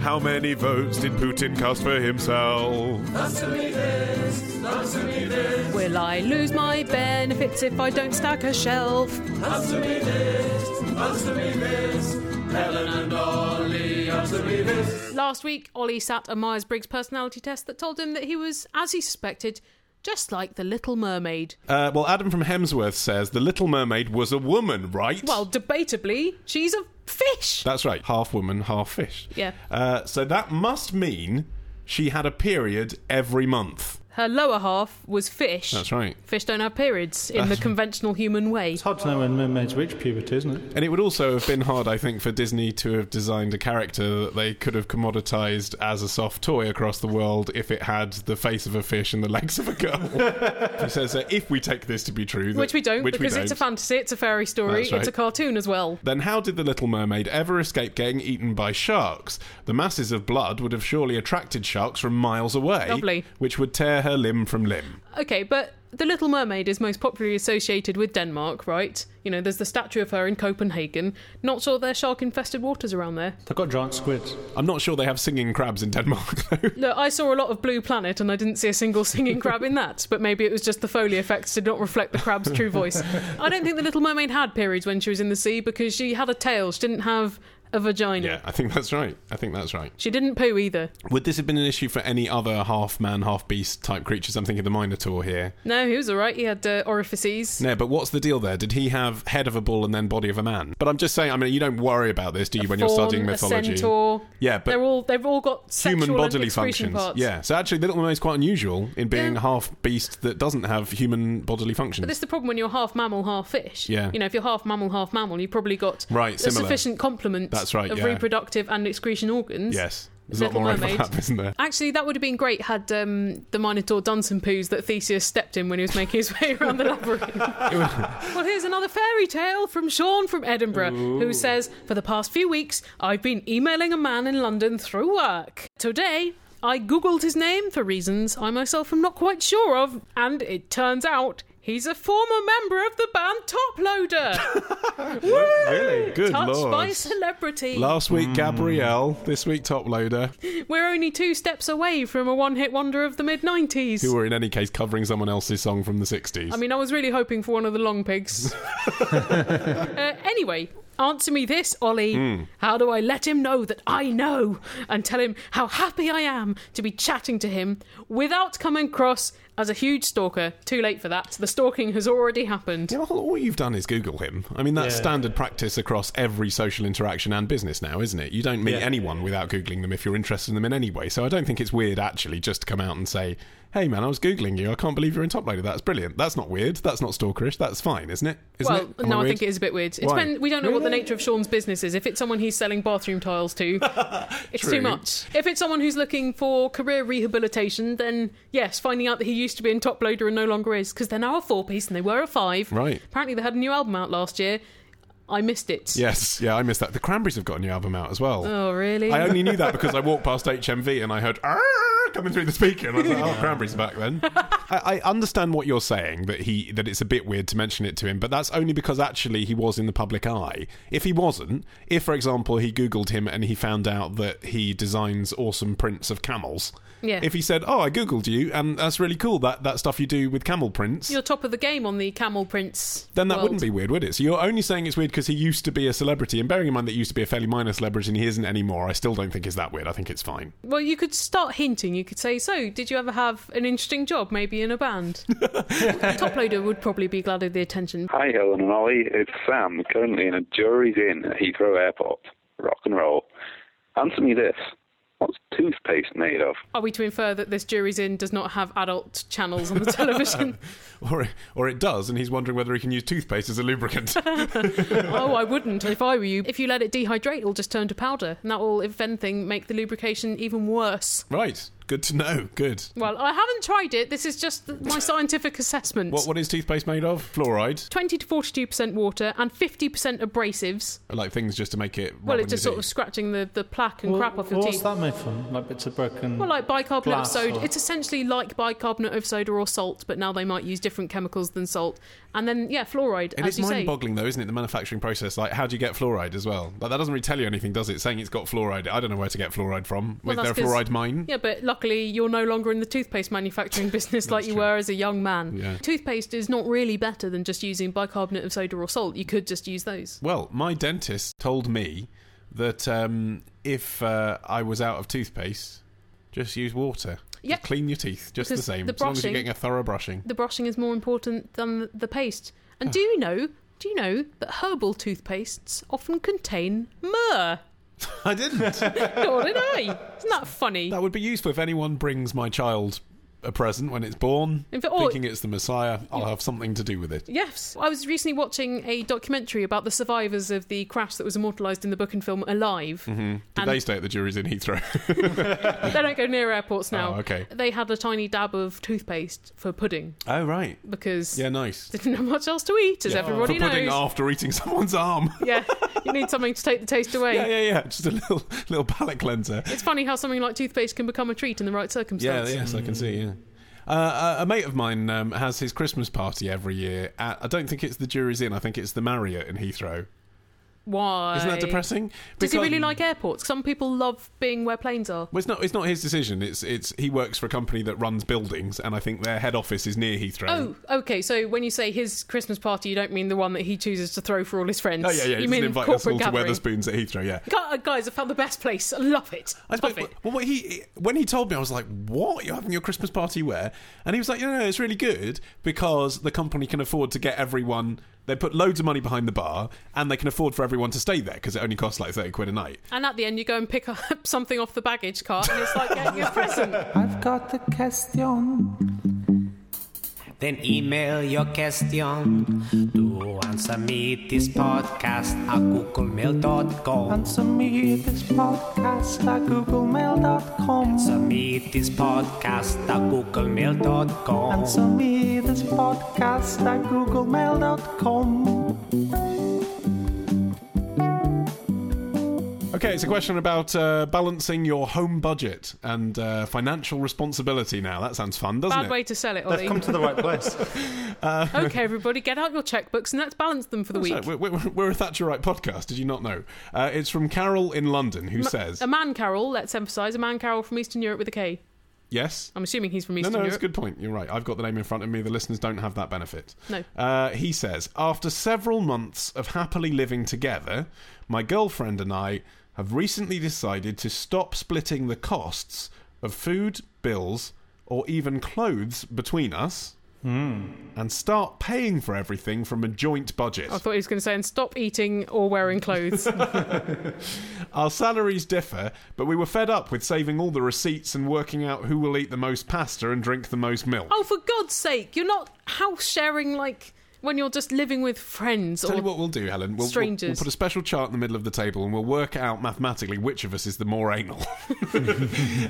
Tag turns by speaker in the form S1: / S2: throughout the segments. S1: How many votes did Putin cast for himself?
S2: Will I lose my benefits if I don't stack a shelf? Last week, Ollie sat a Myers Briggs personality test that told him that he was, as he suspected, just like the Little Mermaid.
S1: Uh, well, Adam from Hemsworth says the Little Mermaid was a woman, right?
S2: Well, debatably, she's a fish.
S1: that's right. Half woman, half fish.
S2: Yeah.
S1: Uh, so that must mean she had a period every month.
S2: Her lower half was fish.
S1: That's right.
S2: Fish don't have periods in the conventional human way.
S3: It's hard to know when mermaids reach puberty, isn't it?
S1: And it would also have been hard, I think, for Disney to have designed a character that they could have commoditized as a soft toy across the world if it had the face of a fish and the legs of a girl. he says that if we take this to be true, that-
S2: Which we don't,
S1: which
S2: because
S1: we
S2: it's a
S1: don't,
S2: fantasy, it's a fairy story,
S1: That's right.
S2: it's a cartoon as well.
S1: Then how did the Little Mermaid ever escape getting eaten by sharks? The masses of blood would have surely attracted sharks from miles away,
S2: Lovely.
S1: which would tear her limb from limb.
S2: Okay, but The Little Mermaid is most popularly associated with Denmark, right? You know, there's the statue of her in Copenhagen. Not sure there's shark infested waters around there.
S3: They've got giant squids.
S1: I'm not sure they have singing crabs in Denmark, though.
S2: Look, I saw a lot of Blue Planet and I didn't see a single singing crab in that, but maybe it was just the Foley effects did not reflect the crab's true voice. I don't think The Little Mermaid had periods when she was in the sea because she had a tail, she didn't have a vagina.
S1: yeah, I think that's right. I think that's right.
S2: She didn't poo either.
S1: Would this have been an issue for any other half man, half beast type creatures? I'm thinking the Minotaur here.
S2: No, he was all right. He had uh, orifices.
S1: No, but what's the deal there? Did he have head of a bull and then body of a man? But I'm just saying, I mean, you don't worry about this, do you, when you're
S2: Fawn,
S1: studying mythology?
S2: A centaur.
S1: Yeah, but-
S2: they're all they've all got sexual
S1: Human
S2: and
S1: bodily
S2: excretion
S1: functions.
S2: Parts.
S1: Yeah. So actually, the little mermaid's quite unusual in being
S2: Yeah.
S1: half beast that doesn't have human bodily functions.
S2: But this is the problem when you're half mammal, half fish.
S1: Yeah.
S2: You know, if you're half mammal, half mammal, you've probably got
S1: Right,
S2: a
S1: similar.
S2: sufficient complement
S1: That's right,
S2: of
S1: yeah.
S2: reproductive and excretion organs.
S1: yes. There's a lot
S2: Little
S1: more
S2: Mermaid.
S1: overlap, isn't there?
S2: Actually, that would have been great had um, the Minotaur done some poos that Theseus stepped in when he was making his way around the labyrinth. well, here's another fairy tale from Sean from Edinburgh, who says For the past few weeks, I've been emailing a man in London through work. Today, I googled his name for reasons I myself am not quite sure of, and it turns out he's a former member of the band Top Loader,
S1: Really? Good
S2: touched
S1: lord.
S2: by celebrity.
S1: Last week, Gabrielle. This week, Top Loader,
S2: We're only two steps away from a one hit wonder of the mid 90s.
S1: who were in any case covering someone else's song from the 60s.
S2: I mean, I was really hoping for one of the long pigs. uh, anyway, answer me this, Ollie. How do I let him know that I know and tell him how happy I am to be chatting to him without coming across as a huge stalker? Too late for that. The stalking has already happened.
S1: Yeah, well, all you've done is Google him. I mean, that's
S3: Yeah.
S1: standard practice across every social interaction and business now, isn't it? You don't meet
S3: Yeah.
S1: anyone without Googling them if you're interested in them in any way. So I don't think it's weird, actually, just to come out and say, hey, man, I was Googling you. I can't believe you're in Top Loader. That's brilliant. That's not weird. That's not stalkerish. That's fine, isn't it? Isn't
S2: well,
S1: it? Am
S2: no, I
S1: weird?
S2: think it is a bit weird. It
S1: Why?
S2: depends, we don't know what the
S1: Really?
S2: nature of Sean's business is. If it's someone he's selling bathroom tiles to, it's
S1: True.
S2: too much. If it's someone who's looking for career rehabilitation, then yes, finding out that he used to be in Top Loader and no longer is, because they're now a four piece and they were a five.
S1: Right.
S2: Apparently, they had a new album out last year. I missed it.
S1: Yes, yeah, I missed that. The Cranberries have got a new album out as well.
S2: Oh, really?
S1: I only knew that because I walked past HMV and I heard "Arr!" coming through the speaker, and I was like, "Oh, Cranberry's back then." I, I understand what you're saying that he that it's a bit weird to mention it to him, but that's only because actually he was in the public eye. If he wasn't, if for example he googled him and he found out that he designs awesome prints of camels,
S2: Yeah.
S1: if he said, "Oh, I googled you, and that's really cool that that stuff you do with camel prints,"
S2: You're top of the game on the Camel Prince.
S1: then that
S2: world.
S1: wouldn't be weird, would it? So you're only saying it's weird because he used to be a celebrity, and bearing in mind that he used to be a fairly minor celebrity and he isn't anymore, I still don't think it's that weird. I think it's fine.
S2: Well, you could start hinting. You could say, "So, did you ever have an interesting job, maybe in a band?" Top Loader would probably be glad of the attention.
S4: Hi, Helen and Ollie. It's Sam, currently in a jury's inn at Heathrow Airport. Rock and roll. Answer me this. What's toothpaste made of?
S2: Are we to infer that this jury's in does not have adult channels on the television?
S1: Or, or it does, and he's wondering whether he can use toothpaste as a lubricant.
S2: oh, I wouldn't if I were you. If you let it dehydrate, it'll just turn to powder, and that will, if anything, make the lubrication even worse.
S1: right. Good to know. Good.
S2: Well, I haven't tried it. This is just th- my scientific assessment.
S1: What what is toothpaste made of? Fluoride,
S2: 20 to 42% water and 50% abrasives.
S1: like things just to make it. rub
S2: Well,
S1: on
S2: it's just
S1: your
S2: sort of
S1: teeth.
S2: scratching the, the plaque and
S3: Well,
S2: crap off your
S3: what's
S2: teeth.
S3: that made from? Like bits of broken.
S2: Well, like bicarbonate of
S3: Glass
S2: soda.
S3: or-
S2: It's essentially like bicarbonate of soda or salt, but now they might use different chemicals than salt. And then, yeah, fluoride,
S1: It
S2: as
S1: is
S2: you say.
S1: mind-boggling, though, isn't it? The manufacturing process, like how do you get fluoride as well? Like that doesn't really tell you anything, does it? Saying it's got fluoride, I don't know where to get fluoride from.
S2: Well,
S1: is there a
S2: that's 'cause-
S1: fluoride mine?
S2: Yeah, but luckily you're no longer in the toothpaste manufacturing business like you
S1: true.
S2: were as a young man.
S1: Yeah.
S2: Toothpaste is not really better than just using bicarbonate of soda or salt. You could just use those.
S1: Well, my dentist told me that um, if uh, I was out of toothpaste, just use water.
S2: Yeah.
S1: Just clean your teeth, just the
S2: Because
S1: same.
S2: the
S1: as long as you're
S2: brushing-
S1: getting a thorough brushing.
S2: The brushing is more important than the paste. And do you know? Do you know that herbal toothpastes often contain myrrh?
S1: I didn't.
S2: Nor did I. Isn't that funny?
S1: that would be useful if anyone brings my child a present when it's born,
S2: In fact- oh,
S1: thinking it's the Messiah. I'll have something to do with it.
S2: Yes. I was recently watching a documentary about the survivors of the crash that was immortalised in the book and film Alive.
S1: Did
S2: And-
S1: they stay at the jury's in Heathrow?
S2: They don't go near airports now.
S1: Oh, okay.
S2: They had a tiny dab of toothpaste for pudding
S1: oh, right.
S2: because
S1: Yeah, nice.
S2: they didn't have much else to eat, as everybody
S1: For pudding
S2: knows.
S1: after eating someone's arm.
S2: Yeah, you need something to take the taste away.
S1: yeah, yeah, yeah. Just a little little palate cleanser.
S2: It's funny how something like toothpaste can become a treat in the right
S1: Yeah,
S2: circumstances.
S1: yes, I can see. Yeah. Uh, a a mate of mine um, has his Christmas party every year. At, I don't think it's the Jury's Inn. I think it's the Marriott in Heathrow.
S2: Why?
S1: Isn't that depressing?
S2: Does he
S1: Because-
S2: really like airports? Some people love being where planes are.
S1: Well, it's not. It's not his decision. It's. It's. He works for a company that runs buildings, and I think their head office is near Heathrow.
S2: Oh, okay. So when you say his Christmas party, you don't mean the one that he chooses to throw for all his friends.
S1: Oh, yeah, yeah.
S2: You
S1: He
S2: mean
S1: doesn't invite us all to
S2: corporate gathering.
S1: Weatherspoons at Heathrow. Yeah.
S2: Gu- uh, Guys, I found the best place. I love it.
S1: I
S2: love
S1: suppose.
S2: it.
S1: Well, what he when he told me, I was like, "What? You're having your Christmas party where?" And he was like, "No, no, it's really good because the company can afford to get everyone. They put loads of money behind the bar, and they can afford for everyone to stay there because it only costs like thirty quid a night."
S2: And at the end, you go and pick up something off the baggage cart, and it's like getting a present.
S5: I've got a question. Then email your question to answer me this podcast at googlemail.com.
S6: Answer me this podcast at googlemail.com.
S5: Answer me this podcast at googlemail.com.
S6: Answer me this podcast at googlemail.com.
S1: Okay, it's a question about uh, balancing your home budget and uh, financial responsibility. Now that sounds fun, doesn't
S2: Bad
S1: it?
S2: way to sell it, Ollie.
S3: Come to the right place.
S2: okay, everybody, get out your checkbooks and let's balance them for the
S1: So,
S2: week.
S1: we're, we're, we're a Thatcherite podcast. Did you not know? Uh, it's from Carol in London, who says,
S2: a man Carol, let's emphasise, a man Carol from Eastern Europe with a K.
S1: "Yes,
S2: I'm assuming he's from
S1: No,
S2: Eastern
S1: no,
S2: Europe.
S1: it's a good point. You're right. I've got the name in front of me. The listeners don't have that benefit.
S2: No.
S1: Uh, he says After several months of happily living together, my girlfriend and I have recently decided to stop splitting the costs of food, bills, or even clothes between us and start paying for everything from a joint budget.
S2: I thought he was going to say, and stop eating or wearing clothes.
S1: Our salaries differ, but we were fed up with saving all the receipts and working out who will eat the most pasta and drink the most milk.
S2: oh, for God's sake, you're not house sharing like when you're just living with friends.
S1: Tell
S2: or...
S1: you what we'll do, Helen. We'll- We'll,
S2: strangers.
S1: we'll put a special chart in the middle of the table and we'll work out mathematically which of us is the more anal.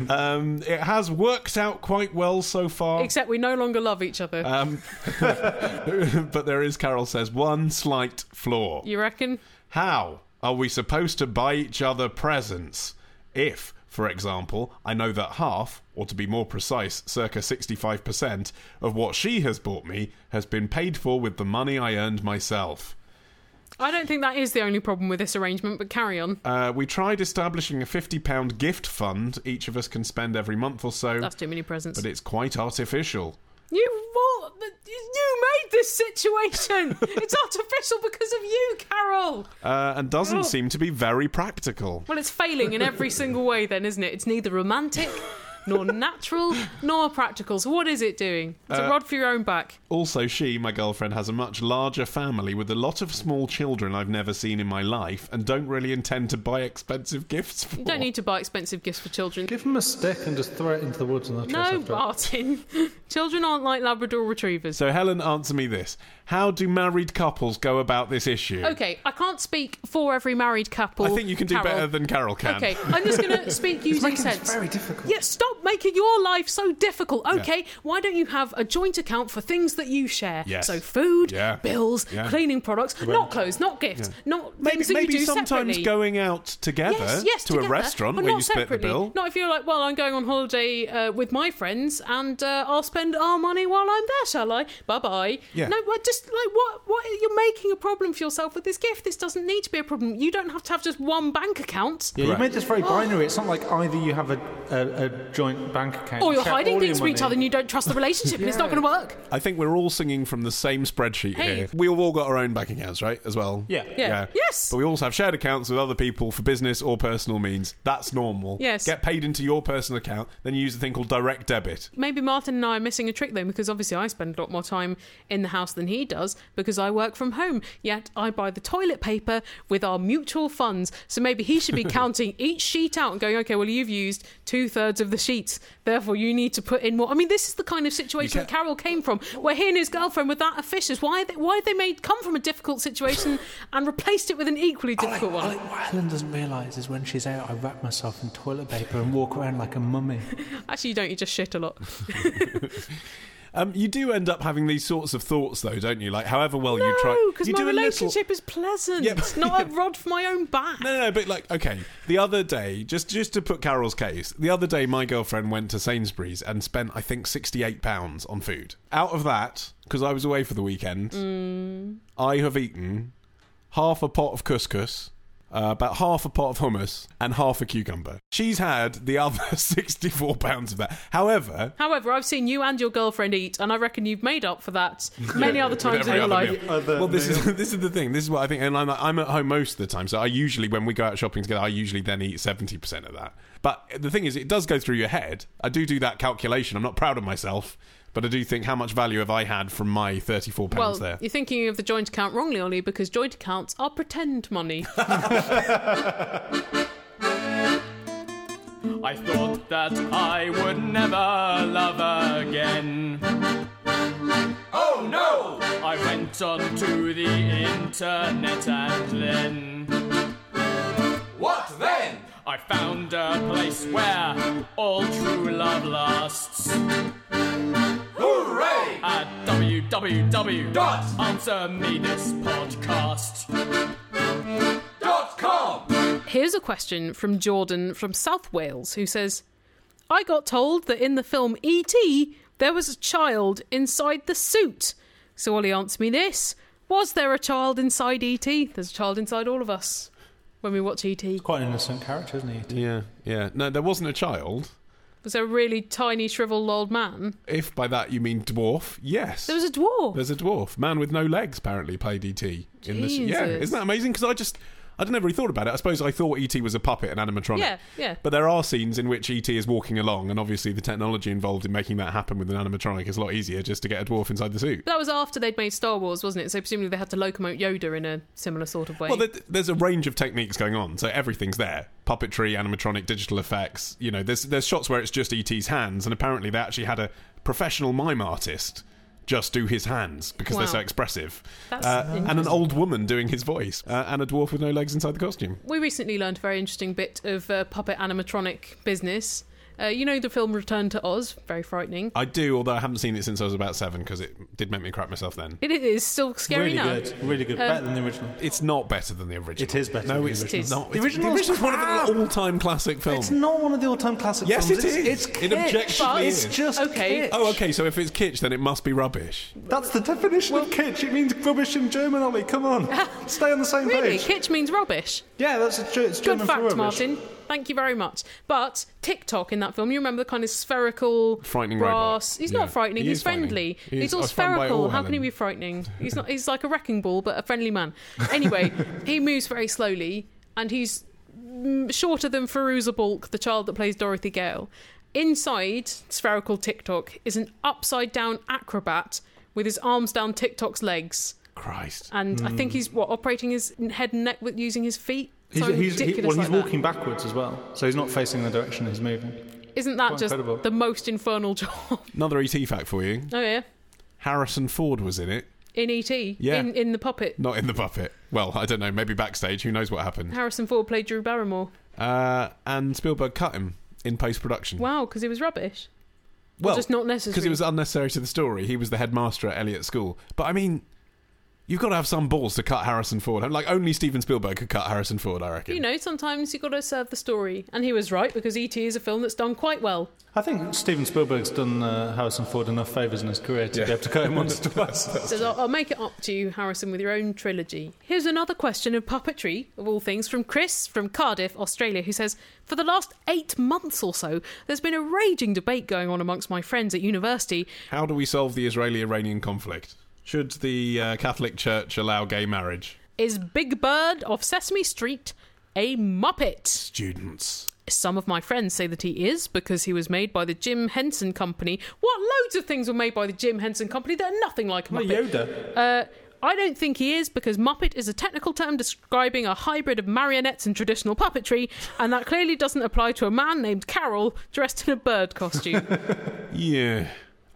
S1: um, it has worked out quite well so far.
S2: Except we no longer love each other.
S1: um, but there is, Carol says, one slight flaw.
S2: you reckon?
S1: How are we supposed to buy each other presents if, for example, I know that half, or to be more precise, circa 65%, of what she has bought me has been paid for with the money I earned myself?
S2: I don't think that is the only problem with this arrangement, but carry on.
S1: Uh, we tried establishing a £50 gift fund each of us can spend every month or so,
S2: That's too many presents.
S1: but it's quite artificial.
S2: You what? You made this situation. it's artificial because of you, Carol.
S1: Uh, and doesn't
S2: Oh.
S1: seem to be very practical.
S2: Well, it's failing in every single way, then, isn't it? It's neither romantic. Nor natural, nor practical. So, what is it doing? It's
S1: Uh,
S2: a rod for your own back.
S1: Also, she, my girlfriend, has a much larger family with a lot of small children I've never seen in my life and don't really intend to buy expensive gifts for.
S2: You don't need to buy expensive gifts for children.
S3: Give him a stick and just throw it into the woods and they'll chase
S2: No,
S3: after it.
S2: Martin. children aren't like Labrador retrievers.
S1: So, Helen, answer me this. How do married couples go about this issue?
S2: okay, I can't speak for every married couple.
S1: I think you can do
S2: Oh, Carol.
S1: better than Carol can.
S2: Okay, I'm just going to speak using
S3: Making this
S2: sense.
S3: very difficult.
S2: Yeah, stop Stop making your life so difficult. Okay, why don't you have a joint account for things that you share?
S1: Yes.
S2: So food,
S1: Yeah.
S2: bills,
S1: Yeah.
S2: cleaning products, not clothes, not gifts, not
S1: Maybe,
S2: things that
S1: maybe
S2: you do
S1: sometimes
S2: separately.
S1: going out together
S2: Yes, yes,
S1: to
S2: together,
S1: a restaurant
S2: but
S1: where
S2: not
S1: you split the
S2: separately.
S1: bill.
S2: Not if you're like, well, I'm going on holiday uh, with my friends, and uh, I'll spend our money while I'm there, shall I? Bye bye.
S1: Yeah.
S2: No, but just like what? What you're making a problem for yourself with this gift? This doesn't need to be a problem. You don't have to have just one bank account.
S3: Yeah, you
S1: Correct.
S3: made this
S2: Oh.
S3: very binary. It's not like either you have a, a, a joint bank account
S2: Or Oh, you're
S3: share
S2: hiding
S3: all your
S2: things from each
S3: money.
S2: other and you don't trust the relationship and it's not going to work.
S1: I think we're all singing from the same spreadsheet
S2: Hey.
S1: here. We've all got our own bank accounts, right? As well.
S3: Yeah.
S2: Yeah. Yes.
S1: But we also have shared accounts with other people for business or personal means. That's normal.
S2: Yes.
S1: Get paid into your personal account, then you use a thing called direct debit.
S2: Maybe Martin and I are missing a trick though, because obviously I spend a lot more time in the house than he does because I work from home. Yet I buy the toilet paper with our mutual funds. So maybe he should be counting each sheet out and going, okay, well, you've used two thirds of the sheets. Therefore, you need to put in more. I mean, this is the kind of situation
S1: You
S2: that Carol came from, where he and his girlfriend were that officious. Why they, why they made come from a difficult situation and replaced it with an equally difficult
S3: I
S2: one?
S3: like what Helen doesn't realise is when she's out, I wrap myself in toilet paper and walk around like a mummy.
S2: Actually, you don't. You just shit a lot.
S1: Um, you do end up having these sorts of thoughts, though, don't you? Like, however well you try.
S2: No, because
S1: you
S2: my
S1: do a little-
S2: relationship is pleasant.
S1: Yeah,
S2: It's
S1: but-
S2: not a rod for my own back.
S1: No, no, no, but like, okay. The other day, just just to put Carol's case, the other day my girlfriend went to Sainsbury's and spent I think sixty eight pounds on food. Out of that, because I was away for the weekend, I have eaten half a pot of couscous. Uh, about half a pot of hummus and half a cucumber. She's had the other sixty-four pounds of that. However,
S2: However, I've seen you and your girlfriend eat, and I reckon you've made up for that many other times in
S1: every
S2: your
S1: other
S2: life.
S1: meal. well, this is this is the thing. This is what I think, and I'm, I'm at home most of the time. So I usually, when we go out shopping together, I usually then eat seventy percent of that. But the thing is, it does go through your head. I do do that calculation. I'm not proud of myself, but I do think how much value have I had from my thirty-four
S2: Well,
S1: pounds there?
S2: you're thinking of the joint account wrongly, Ollie, because joint accounts are pretend money.
S7: I thought that I would never love again. Oh no! I went on to the internet and then. What then? I found a place where all true love lasts. Hooray! At www.answermethispodcast.com.
S2: Here's a question from Jordan from South Wales who says I got told that in the film E.T., there was a child inside the suit. So Ollie answered me this Was there a child inside E.T.? There's a child inside all of us when we watch E E.T.
S3: Quite an innocent character, isn't he?
S1: yeah, yeah. No, there wasn't a child.
S2: Was there a really tiny, shriveled old man?
S1: If by that you mean dwarf, yes.
S2: There was a dwarf.
S1: There's a dwarf man with no legs. Apparently, played ET in this. Yeah,
S2: Jesus.
S1: isn't that amazing? Because I just. I don't ever really thought about it. I suppose I thought ET was a puppet and animatronic.
S2: Yeah, yeah.
S1: But there are scenes in which ET is walking along, and obviously the technology involved in making that happen with an animatronic is a lot easier just to get a dwarf inside the suit.
S2: That was after they'd made Star Wars, wasn't it? So presumably they had to locomote Yoda in a similar sort of way.
S1: Well, there, there's a range of techniques going on, so everything's there: puppetry, animatronic, digital effects. You know, there's there's shots where it's just ET's hands, and apparently they actually had a professional mime artist just do his hands because they're
S2: Wow.
S1: so expressive,
S2: That's
S1: uh, and an old woman doing his voice, uh, and a dwarf with no legs inside the costume.
S2: we recently learned a very interesting bit of uh, puppet animatronic business. Uh, you know the film Return to Oz, very frightening.
S1: I do, although I haven't seen it since I was about seven because it did make me crap myself then.
S2: It is still scary
S3: Really
S2: now.
S3: good. Really
S2: Um,
S3: good. Better than the original.
S1: It's not better than the original.
S3: It is better
S1: No,
S3: than the
S1: it's
S2: original. It is.
S1: not.
S3: The
S1: It's-
S3: original's
S1: original's one of
S3: crap.
S1: the all-time classic films.
S3: It's not one of the all-time classic
S1: Yes,
S3: films.
S1: it is.
S3: It's,
S1: It
S3: it's
S1: objectively
S3: kitsch. It's
S1: is.
S3: just
S2: Okay.
S3: okay.
S1: Oh, okay. So if it's kitsch, then it must be rubbish.
S3: That's the definition of kitsch. It means rubbish in German, Ollie. Come on. Stay on the same
S2: Really,
S3: page.
S2: kitsch means rubbish.
S3: Yeah, that's a, it's
S2: Good
S3: German for
S2: fact,
S3: rubbish.
S2: Martin. Thank you very much. But TikTok in that film, you remember the kind of spherical,
S1: Frightening
S2: brass.
S1: robot.
S2: He's
S1: Yeah.
S2: not frightening.
S1: He
S2: he's
S1: is frightening.
S2: friendly.
S1: He is-
S2: he's all
S1: I was frightened by
S2: spherical.
S1: all,
S2: How can he
S1: Helen.
S2: be frightening? He's not. He's like a wrecking ball, but a friendly man. Anyway, he moves very slowly, and he's mm, shorter than Feruza Balk, the child that plays Dorothy Gale. Inside spherical TikTok is an upside down acrobat with his arms down TikTok's legs.
S1: Christ.
S2: And I
S1: Hmm.
S2: think he's what operating his head and neck with using his feet.
S3: He's,
S2: Something
S3: he's, he,
S2: ridiculous
S3: well, he's
S2: like that.
S3: walking backwards as well, so he's not facing the direction he's moving.
S2: Isn't that
S3: Quite
S2: just
S3: incredible.
S2: the most infernal job? oh
S1: Another ET fact for you.
S2: yeah,
S1: Harrison Ford was in it,
S2: in ET,
S1: Yeah.
S2: in in the puppet.
S1: not in the puppet. Well, I don't know. Maybe backstage. Who knows what happened?
S2: Harrison Ford played Drew Barrymore.
S1: Uh, and Spielberg cut him in post production.
S2: Wow, because it was rubbish.
S1: Well,
S2: just not necessary.
S1: Because it was unnecessary to the story. He was the headmaster at Elliot School. But I mean, you've got to have some balls to cut Harrison Ford. Like, only Steven Spielberg could cut Harrison Ford, I reckon.
S2: You know, sometimes you got to serve the story. And he was right, because E.T. is a film that's done quite well.
S8: I think Steven Spielberg's done uh, Harrison Ford enough favours in his career to be able to cut him once or twice.
S2: Says, I'll, I'll make it up to you, Harrison, with your own trilogy. Here's another question of puppetry, of all things, from Chris from Cardiff, Australia, who says For the last eight months or so, there's been a raging debate going on amongst my friends at university.
S1: How do we solve the Israeli Iranian conflict? Should the uh, Catholic Church allow gay marriage?
S2: Is Big Bird of Sesame Street a Muppet?
S1: Students.
S2: Some of my friends say that he is because he was made by the Jim Henson Company. What loads of things were made by the Jim Henson Company that are nothing like a
S8: Like
S2: Muppet.
S8: Yoda.
S2: Uh, I don't think he is because Muppet is a technical term describing a hybrid of marionettes and traditional puppetry, and that clearly doesn't apply to a man named Carol dressed in a bird costume.
S1: Yeah.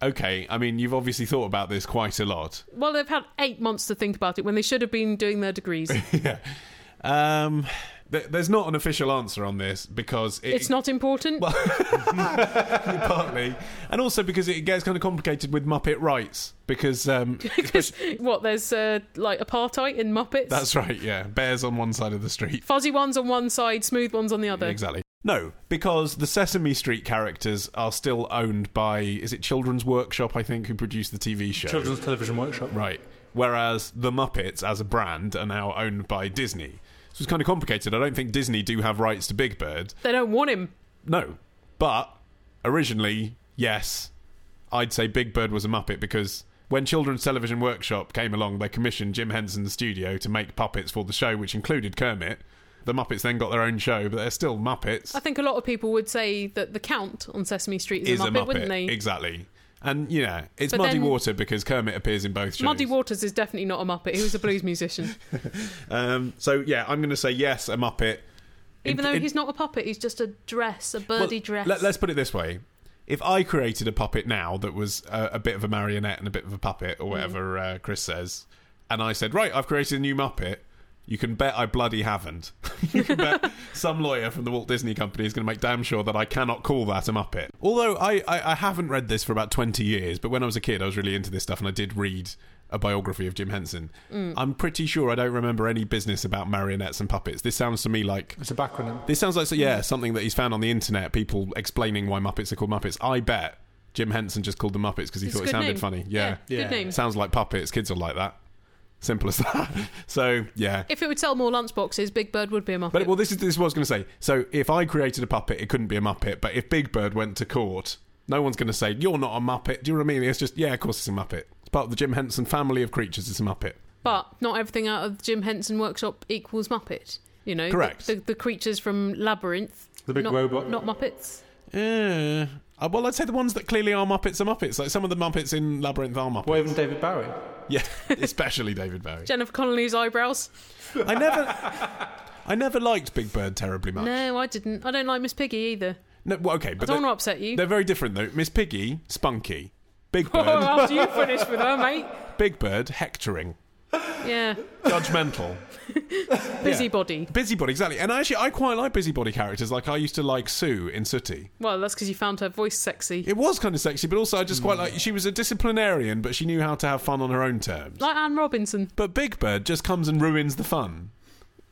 S1: Okay, I mean, you've obviously thought about this quite a lot.
S2: well, they've had eight months to think about it when they should have been doing their degrees.
S1: yeah. Um, th- there's not an official answer on this because it,
S2: It's not important.
S1: partly, and also because it gets kind of complicated with Muppet rights. Because um,
S2: because, what, there's uh, like apartheid in Muppets?
S1: that's right, yeah, bears on one side of the street.
S2: Fuzzy ones on one side, smooth ones on the other.
S1: Exactly. No, because the Sesame Street characters are still owned by is it Children's Workshop I think who produced the TV show.
S8: Children's Television Workshop.
S1: Right. Whereas the Muppets as a brand are now owned by Disney. So it's kind of complicated. I don't think Disney do have rights to Big Bird.
S2: They don't want him.
S1: No. But originally, yes, I'd say Big Bird was a Muppet because when Children's Television Workshop came along, they commissioned Jim Henson's studio to make puppets for the show, which included Kermit. The Muppets then got their own show, but they're still Muppets.
S2: I think a lot of people would say that the Count on Sesame Street is, a, Muppet, wouldn't they?
S1: Exactly. And yeah, it's
S2: But
S1: muddy
S2: then-
S1: water because Kermit appears in both shows.
S2: Muddy Waters is definitely not a Muppet. He was a blues musician.
S1: Um, so yeah, I'm going to say yes, a Muppet.
S2: Even
S1: In-
S2: though
S1: in-
S2: he's not a puppet, he's just a dress, a
S1: well,
S2: birdie dress.
S1: Let, us put it this way: if I created a puppet now that was a, a bit of a marionette and a bit of a puppet,
S2: Mm.
S1: or whatever uh, Chris says, and I said, right, I've created a new Muppet. You can bet I bloody haven't. you can bet some lawyer from the Walt Disney Company is going to make damn sure that I cannot call that a Muppet. Although I, I, I haven't read this for about 20 years, but when I was a kid, I was really into this stuff and I did read a biography of Jim Henson.
S2: Mm.
S1: I'm pretty sure I don't remember any business about marionettes and puppets. This sounds to me like
S8: It's a backronym.
S1: this sounds like so, yeah, something that he's found on the internet. People explaining why Muppets are called Muppets. I bet Jim Henson just called them Muppets because he
S2: It's a
S1: thought
S2: good
S1: it sounded
S2: name.
S1: funny. Yeah,
S2: Yeah, good Yeah. name.
S1: Sounds like puppets. Kids are like that. Simple as that. so yeah.
S2: if it would sell more lunchboxes, Big Bird would be a Muppet.
S1: But well, this is this is what I was going to say. So if I created a puppet, it couldn't be a Muppet. But if Big Bird went to court, no one's going to say you're not a Muppet. Do you know what I mean? It's just yeah, of course it's a Muppet. It's part of the Jim Henson family of creatures. It's a Muppet.
S2: But not everything out of the Jim Henson workshop equals Muppet. You know,
S1: Correct.
S2: The, the, the creatures from Labyrinth,
S8: The big
S2: not,
S8: robot.
S2: not Muppets.
S1: Yeah. Uh, Well, I'd say the ones that clearly are Muppets are Muppets. Like some of the Muppets in Labyrinth are Muppets.
S8: Or even David Barry.
S1: Yeah, especially David Bowie.
S2: Jennifer Connelly's eyebrows.
S1: I never, I never liked Big Bird terribly much.
S2: No, I didn't. I don't like Miss Piggy either.
S1: No, well, okay, but
S2: I don't
S1: they're,
S2: want to upset you.
S1: they're very different though. Miss Piggy, spunky. Big
S2: Oh,
S1: Bird,
S2: after you finish with her, mate.
S1: Big Bird, hectoring,
S2: Yeah,
S1: judgmental,
S2: busybody.
S1: busybody. Exactly. And actually, I quite like busybody characters. Like I used to like Sue in Sooty.
S2: Well, that's because you found her voice sexy.
S1: It was kind of sexy, but also I just quite like. She was a disciplinarian, but she knew how to have fun on her own terms.
S2: Like Anne Robinson.
S1: But Big Bird just comes and ruins the fun.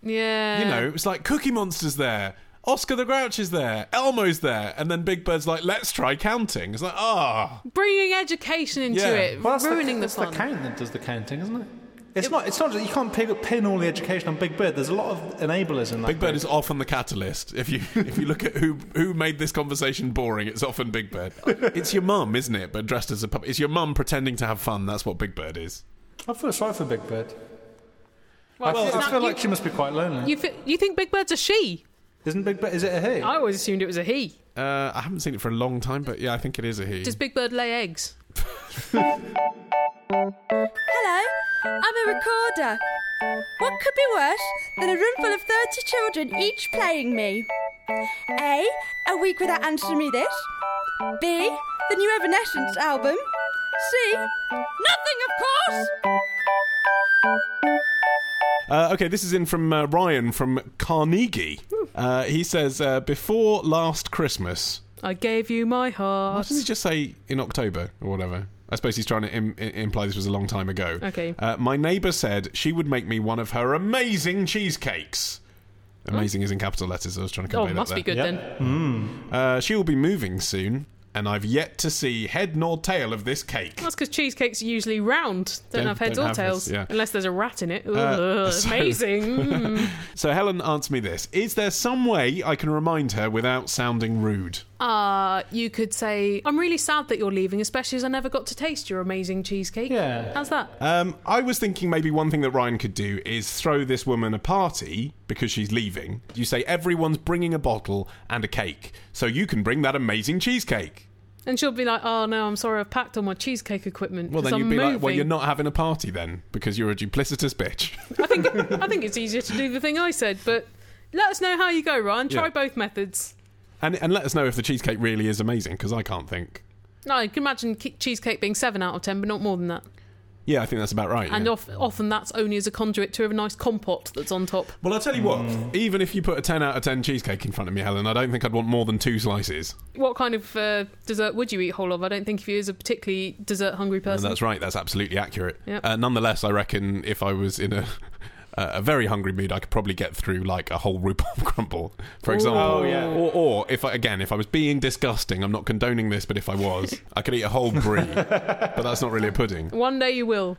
S2: Yeah.
S1: You know, it's like Cookie Monster's there, Oscar the Grouch is there, Elmo's there, and then Big Bird's like, let's try counting. It's like, ah.
S2: Bringing education into
S1: Yeah.
S2: it,
S8: Well, that's
S2: ruining
S8: the,
S2: the,
S8: that's
S2: fun.
S8: the count that does the counting, isn't it? It's not. It's not. that You can't pin, pin all the education on Big Bird. There's a lot of enablers in that.
S1: Big Bird
S8: group.
S1: is often the catalyst. If you if you look at who who made this conversation boring, it's often Big Bird. It's your mum, isn't it? But dressed as a puppet. It's your mum pretending to have fun. That's what Big Bird is.
S8: I feel sorry for Big Bird.
S2: Well,
S8: I feel,
S2: now,
S8: I feel
S2: you,
S8: like she must be quite lonely.
S2: you, fi- you think Big Bird's a she?
S8: Isn't Big Bird? Is it a he?
S2: I always assumed it was a he.
S1: Uh, I haven't seen it for a long time, but yeah, I think it is a he.
S2: Does Big Bird lay eggs?
S9: Hello, I'm a recorder. What could be worse than a room full of 30 children each playing me? A. A week without answering me this. B. The new Evanescence album. C. Nothing, of course!
S1: Uh, okay, this is in from uh, Ryan from Carnegie. Uh, he says, uh, before last Christmas.
S2: I gave you my heart.
S1: Why doesn't he just say in October or whatever? I suppose he's trying to Im- i- imply this was a long time ago.
S2: Okay.
S1: Uh, my neighbour said she would make me one of her amazing cheesecakes. Amazing is in capital letters. I was trying to
S2: oh,
S1: convey that.
S2: must be
S1: there.
S2: good
S8: Yeah.
S2: then.
S1: Uh, she will be moving soon, and I've yet to see head nor tail of this cake.
S2: That's because cheesecakes are usually round. Don't,
S1: Don't-
S2: have heads
S1: don't
S2: or
S1: have
S2: tails.
S1: this, yeah. Uh,
S2: Unless there's a rat in it. Ugh,
S1: so-
S2: amazing. Mm.
S1: So Helen answer me this: Is there some way I can remind her without sounding rude?
S2: Uh, you could say, I'm really sad that you're leaving, especially as I never got to taste your amazing cheesecake.
S8: Yeah.
S2: How's that?
S1: Um, I was thinking maybe one thing that Ryan could do is throw this woman a party because she's leaving. You say everyone's bringing a bottle and a cake, so you can bring that amazing cheesecake.
S2: And she'll be like, oh no, I'm sorry, I've packed all my cheesecake equipment.
S1: Well,
S2: 'cause
S1: then
S2: I'm
S1: you'd be
S2: moving.
S1: like, well, you're not having a party then because you're a duplicitous bitch.
S2: I think, I think it's easier to do the thing I said, but let us know how you go, Ryan. Try
S1: Yeah.
S2: both methods.
S1: and, and let us know if the cheesecake really is amazing because I can't think.
S2: No, you can imagine ke- cheesecake being 7 out of 10, but not more than that.
S1: Yeah, I think that's about right.
S2: And
S1: yeah.
S2: of- often that's only as a conduit to a nice compote that's on top.
S1: Well, I'll tell you what, even if you put a 10 out of 10 cheesecake in front of me, Helen, I don't think I'd want more than two slices.
S2: What kind of uh, dessert would you eat whole of? I don't think if you is a particularly dessert hungry
S1: And
S2: person.
S1: that's right, that's absolutely accurate.
S2: Yep.
S1: Uh, nonetheless, I reckon if I was in a. A very hungry mood. I could probably get through like a whole RuPaul crumble, for example.
S8: Oh, yeah.
S1: Or, or if I, again, if I was being disgusting, I'm not condoning this, but if I was, I could eat a whole brie. but that's not really a pudding.
S2: One day you will.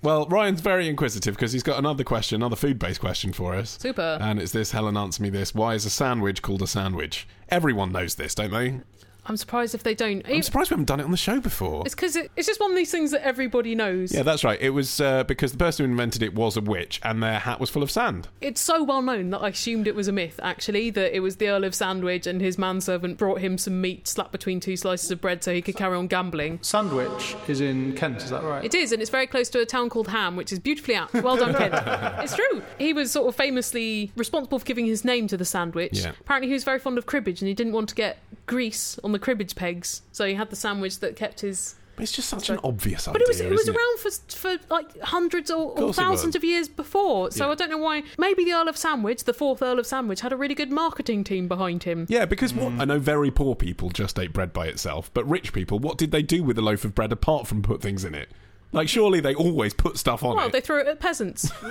S1: well, Ryan's very inquisitive because he's got another question, another food based question for us.
S2: Super.
S1: And it's this Helen, answer me this. Why is a sandwich called a sandwich? Everyone knows this, don't they?
S2: I'm surprised if they don't.
S1: I'm surprised we haven't done it on the show before.
S2: It's because it, it's just one of these things that everybody knows.
S1: Yeah, that's right. It was uh, because the person who invented it was a witch and their hat was full of sand.
S2: It's so well known that I assumed it was a myth, actually, that it was the Earl of Sandwich and his manservant brought him some meat slapped between two slices of bread so he could carry on gambling.
S8: Sandwich is in Kent, is that right?
S2: It is, and it's very close to a town called Ham, which is beautifully apt. Well done, kid. it's true. He was sort of famously responsible for giving his name to the sandwich.
S1: Yeah.
S2: Apparently, he was very fond of cribbage, and he didn't want to get grease on the cribbage pegs, so he had the sandwich that kept his.
S1: It's just such an obvious idea.
S2: But it was it was
S1: isn't
S2: around for for like hundreds or, or
S1: course it
S2: thousands
S1: was.
S2: of years before, so
S1: Yeah.
S2: I don't know why. Maybe the Earl of Sandwich, the fourth Earl of Sandwich, had a really good marketing team behind him.
S1: Yeah, because what,
S2: Hmm.
S1: I know very poor people just ate bread by itself, but rich people, what did they do with a loaf of bread apart from put things in it? Like, surely they always put stuff on
S2: Well,
S1: it.
S2: they throw it at peasants.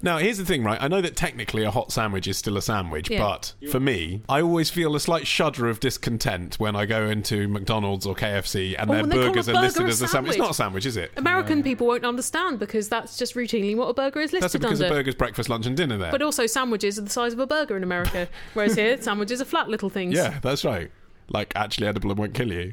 S1: Now, here's the thing, right? I know that technically a hot sandwich is still a sandwich,
S2: Yeah.
S1: but for me, I always feel a slight shudder of discontent when I go into McDonald's or KFC and
S2: Oh,
S1: their
S2: and they call
S1: burgers
S2: a
S1: are listed
S2: burger a
S1: as a sandwich. It's
S2: sandwich.
S1: not a sandwich, is it?
S2: American people won't understand because that's just routinely what a burger is
S1: That's
S2: listed
S1: because a
S2: under.
S1: burger's breakfast, lunch, and dinner there.
S2: But also, sandwiches are the size of a burger in America, whereas here, sandwiches are flat little things.
S1: yeah, that's right. Like, actually edible and won't kill you.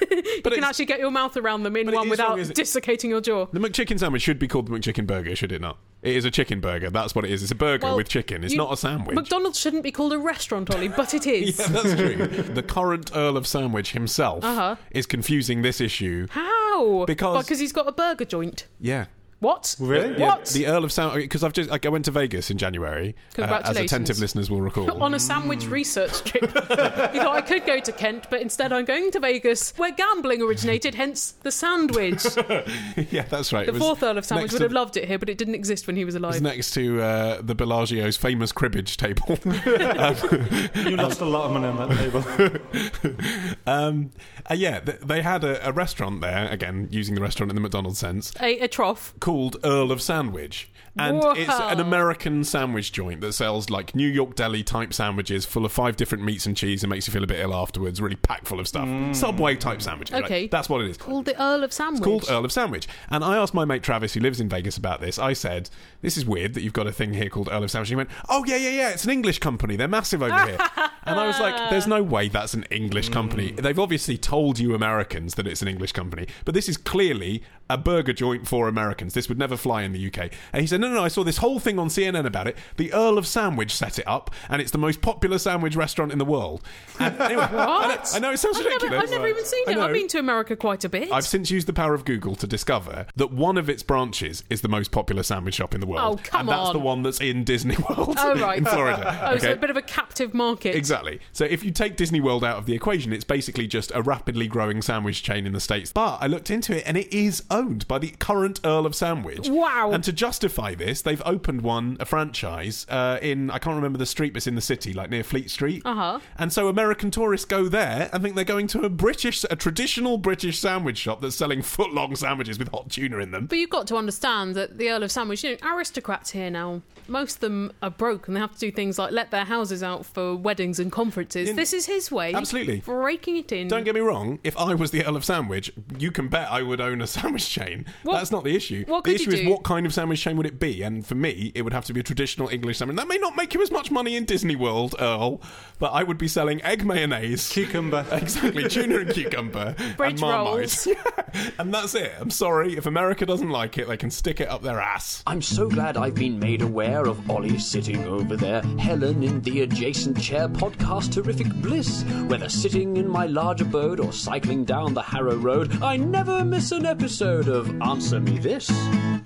S1: but
S2: You can
S1: it's-
S2: actually get your mouth around them in
S1: But it
S2: one
S1: is
S2: without
S1: wrong, is it?
S2: dislocating your jaw.
S1: the McChicken sandwich should be called the McChicken burger, should it not? It is a chicken burger. That's what it is. It's a burger
S2: Well,
S1: with chicken. It's
S2: you-
S1: not a sandwich.
S2: McDonald's shouldn't be called a restaurant, Ollie, but it is.
S1: yeah, that's true. the current Earl of Sandwich himself
S2: Uh-huh.
S1: is confusing this issue.
S2: How?
S1: Because-
S2: because he's got a burger joint.
S1: Yeah.
S2: What?
S8: Really?
S1: Yeah,
S2: What?
S1: the Earl of Sound? Because I've just I went to Vegas in January. uh, as
S2: Congratulations.
S1: attentive listeners will recall.
S2: on a sandwich research trip. you thought I could go to Kent, but instead I'm going to Vegas, where gambling originated, hence the sandwich. The
S1: yeah, that's right. The
S2: fourth Earl of Sandwich
S1: next
S2: would
S1: to-
S2: have loved it here, but it didn't exist when he was
S1: It
S2: alive.
S1: was next to uh, the Bellagio's famous cribbage table.
S8: You lost a lot of money on that table.
S1: um, uh, yeah, th- they had a, a restaurant there again, using the restaurant in the McDonald's sense,
S2: a, a trough.
S1: called Earl of Sandwich, and
S2: Wow.
S1: it's an American sandwich joint that sells like New York deli type sandwiches, full of five different meats and cheese, and makes you feel a bit ill afterwards. Really packed full of stuff. Subway type sandwiches. right?
S2: Okay.
S1: that's what it is.
S2: Called the Earl of Sandwich.
S1: called Earl of Sandwich. And I asked my mate Travis, who lives in Vegas, about this. I said, This is weird that you've got a thing here called Earl of Sandwich. He went, Oh, yeah, yeah, yeah. It's an English company. They're massive over here. and I was like, There's no way that's an English company. They've obviously told you Americans that it's an English company, but this is clearly a burger joint for Americans. This would never fly in the UK. And he said, No, no, no. I saw this whole thing on CNN about it. The Earl of Sandwich set it up, and it's the most popular sandwich restaurant in the world. And anyway, I know-
S2: What?
S1: I know it sounds
S2: I've
S1: ridiculous.
S2: Never, I've never even seen
S1: I
S2: it. I've
S1: know.
S2: been to America quite a bit.
S1: I've since used the power of Google to discover that one of its branches is the most popular sandwich shop in the world.
S2: Oh, come
S1: and that's
S2: on.
S1: the one that's in Disney World
S2: Oh, right.
S1: in Florida.
S2: Oh, so a
S1: okay?
S2: bit of a captive market.
S1: Exactly. So if you take Disney World out of the equation, it's basically just a rapidly growing sandwich chain in the States. But I looked into it and it is owned by the current Earl of Sandwich.
S2: Wow.
S1: And to justify by this. They've opened one, a franchise, uh, in, I can't remember the street, but it's in the city, like near Fleet Street.
S2: Uh-huh.
S1: And so American tourists go there and think they're going to a British, a traditional British sandwich shop that's selling foot long sandwiches with hot tuna in them.
S2: But you've got to understand that the Earl of Sandwich, you know, aristocrats here now, most of them are broke and they have to do things like let their houses out for weddings and conferences.
S1: In-
S2: this is his way.
S1: Absolutely.
S2: Breaking it in.
S1: Don't get me wrong, if I was the Earl of Sandwich, you can bet I would own a sandwich chain.
S2: What-
S1: That's not the issue.
S2: what
S1: the
S2: could
S1: issue
S2: you
S1: is
S2: do?
S1: what kind of sandwich chain would it be? And for me, it would have to be a traditional English sandwich. That may not make you as much money in Disney World, Earl, but I would be selling egg mayonnaise.
S8: Cucumber.
S1: Exactly, tuna and cucumber and
S2: Bridge
S1: marmite,
S2: rolls.
S1: and that's it. I'm sorry if America doesn't like it, they can stick it up their ass.
S10: I'm so glad I've been made aware of Ollie sitting over there, Helen in the adjacent chair podcast Terrific Bliss. Whether sitting in my large abode or cycling down the Harrow Road, I never miss an episode of Answer Me This.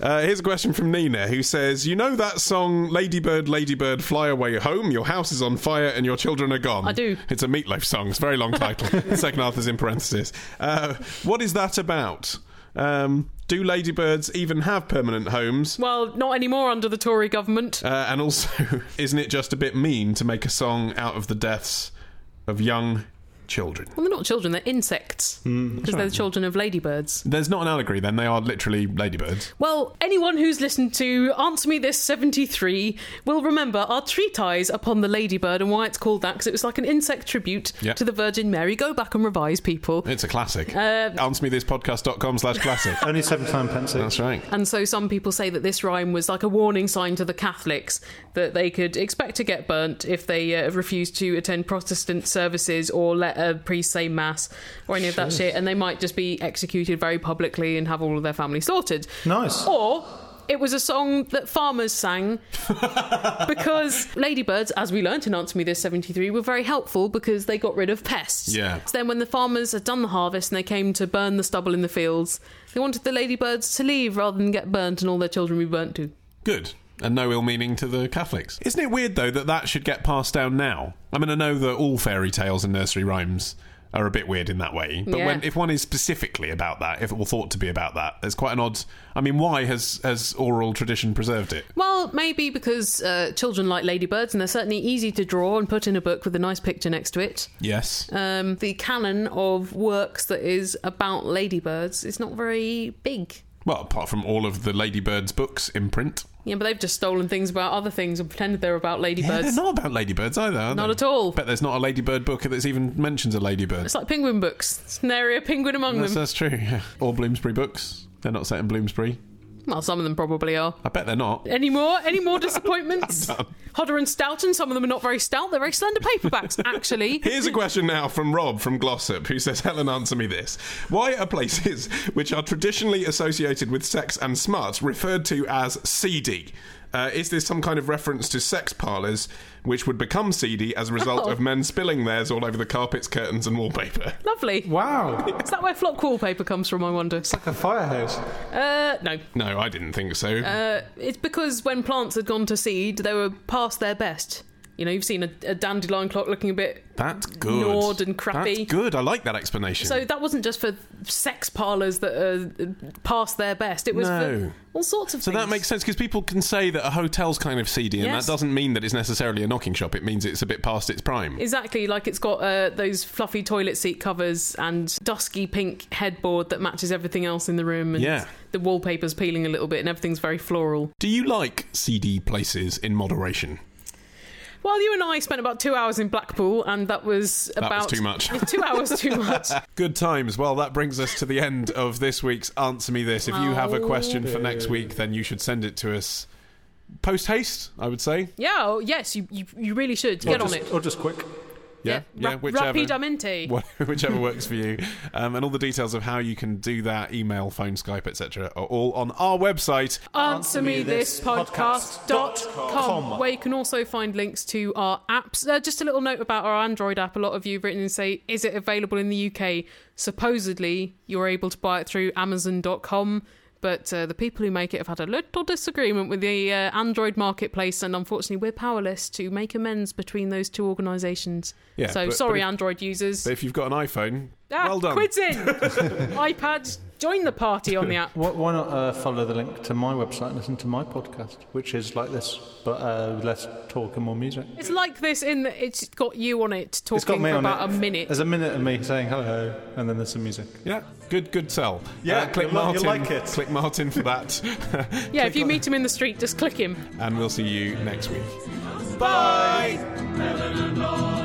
S1: Uh, here's a question from Nina who says, "You know that song, Ladybird, Ladybird, Fly Away Home? Your house is on fire and your children are gone."
S2: I do.
S1: It's a meatloaf song. It's a very long title. the second half is in parentheses. Uh, what is that about? Um, do ladybirds even have permanent homes?
S2: Well, not anymore under the Tory government.
S1: Uh, and also, isn't it just a bit mean to make a song out of the deaths of young children?
S2: well, they're not children, they're insects. Because
S1: Hmm,
S2: they're the children of ladybirds.
S1: There's not an allegory then, they are literally ladybirds.
S2: Well, anyone who's listened to Answer Me This 73 will remember our treatise upon the ladybird and why it's called that, because it was like an insect tribute
S1: Yeah.
S2: to the Virgin Mary. Go back and revise, people.
S1: It's a classic.
S2: Uh,
S1: Answer me this podcast.com slash classic.
S8: Only seven time pence.
S1: That's right.
S2: And so some people say that this rhyme was like a warning sign to the Catholics that they could expect to get burnt if they uh, refused to attend Protestant services or let a priest say mass or any of that shit, and they might just be executed very publicly and have all of their family slaughtered.
S8: Nice.
S2: Or it was a song that farmers sang because ladybirds, as we learnt in Answer Me This 73, were very helpful because they got rid of pests.
S1: Yeah.
S2: So then, when the farmers had done the harvest and they came to burn the stubble in the fields, they wanted the ladybirds to leave rather than get burnt and all their children be burnt too.
S1: Good. And no ill meaning to the Catholics. Isn't it weird, though, that that should get passed down now? I mean, I know that all fairy tales and nursery rhymes are a bit weird in that way, but
S2: Yeah.
S1: when, if one is specifically about that, if it were thought to be about that, there's quite an odd. I mean, why has, has oral tradition preserved it?
S2: Well, maybe because uh, children like ladybirds and they're certainly easy to draw and put in a book with a nice picture next to it.
S1: Yes.
S2: Um, the canon of works that is about ladybirds is not very big.
S1: Well, apart from all of the Ladybird's books in print.
S2: Yeah, but they've just stolen things about other things and pretended they're about
S1: Yeah, they're
S2: ladybirds.
S1: not about ladybirds either, are
S2: Not
S1: they?
S2: at all.
S1: Bet there's not a ladybird book that even mentions a ladybird.
S2: it's like penguin books. It's nary a penguin among
S1: That's,
S2: them.
S1: that's true, yeah. Or Bloomsbury books. They're not set in Bloomsbury.
S2: Well, some of them probably are.
S1: I bet they're not.
S2: Any more? Any more disappointments? Hodder and Stoughton. Some of them are not very stout. They're very slender paperbacks, actually.
S1: Here's a question now from Rob from Glossop, who says, Helen, answer me this. Why are places which are traditionally associated with sex and smarts referred to as seedy? Uh, is this some kind of reference to sex parlours, which would become seedy as a result
S2: Oh.
S1: of men spilling theirs all over the carpets, curtains, and wallpaper?
S2: Lovely.
S8: Wow.
S2: Is that where flock wallpaper comes from? I wonder.
S8: Like a firehouse.
S2: Uh, no.
S1: No, I didn't think so.
S2: Uh, it's because when plants had gone to seed, they were past their best. You know, you've seen a, a dandelion clock looking a bit
S1: That's good.
S2: gnawed and crappy.
S1: That's good. I like that explanation.
S2: So Oh, that wasn't just for sex parlours that are past their best. It was
S1: No.
S2: for all sorts of
S1: So
S2: things.
S1: that makes sense because people can say that a hotel's kind of seedy, and
S2: Yes.
S1: that doesn't mean that it's necessarily a knocking shop. It means it's a bit past its prime.
S2: Exactly, like it's got uh, those fluffy toilet seat covers and dusky pink headboard that matches everything else in the room. And
S1: Yeah.
S2: The wallpaper's peeling a little bit and everything's very floral.
S1: Do you like seedy places in moderation?
S2: Well, you and I spent about two hours in Blackpool and that was
S1: was
S2: about.
S1: too much.
S2: two hours too much.
S1: Good times. Well, that brings us to the end of this week's Answer Me This. If you have a question for next week, then you should send it to us post haste, I would say.
S2: Yeah, oh, yes, you, you, you really should. Get on it.
S8: Or just quick.
S1: Yeah, yeah,
S2: Ra-
S1: whichever.
S2: Rapidamente.
S1: Wha- whichever works for you. Um, and all the details of how you can do that email, phone, Skype, etc., are all on our website.
S2: Answer me this
S8: podcast.com.
S2: podcast.com, where you can also find links to our apps. Uh, just a little note about our Android app. A lot of you have written and say, is it available in the UK? Supposedly, you're able to buy it through Amazon.com. But uh, the people who make it have had a little disagreement with the uh, Android marketplace, and unfortunately, we're powerless to make amends between those two organisations.
S1: Yeah,
S2: so
S1: but- but
S2: sorry,
S1: if-
S2: Android users.
S1: But if you've got an iPhone,
S2: Ah,
S1: well done.
S2: Quids in. iPads, Join the party on the app.
S8: Why, why not uh, follow the link to my website and listen to my podcast, which is like this, but uh, with less talk and more music.
S2: It's like this in that it's got you on it talking
S8: it's got me
S2: for
S8: on
S2: about
S8: it.
S2: a minute.
S8: There's a minute of me saying hello, and then there's some music.
S1: Yeah, good, good sell.
S8: Yeah,
S1: click
S8: you'll-
S1: Martin.
S8: you'll like it.
S1: Click Martin for that,
S2: Yeah, if you meet him in the street, just click him.
S1: and we'll see you next week.
S2: Bye.
S6: Helen and Laura.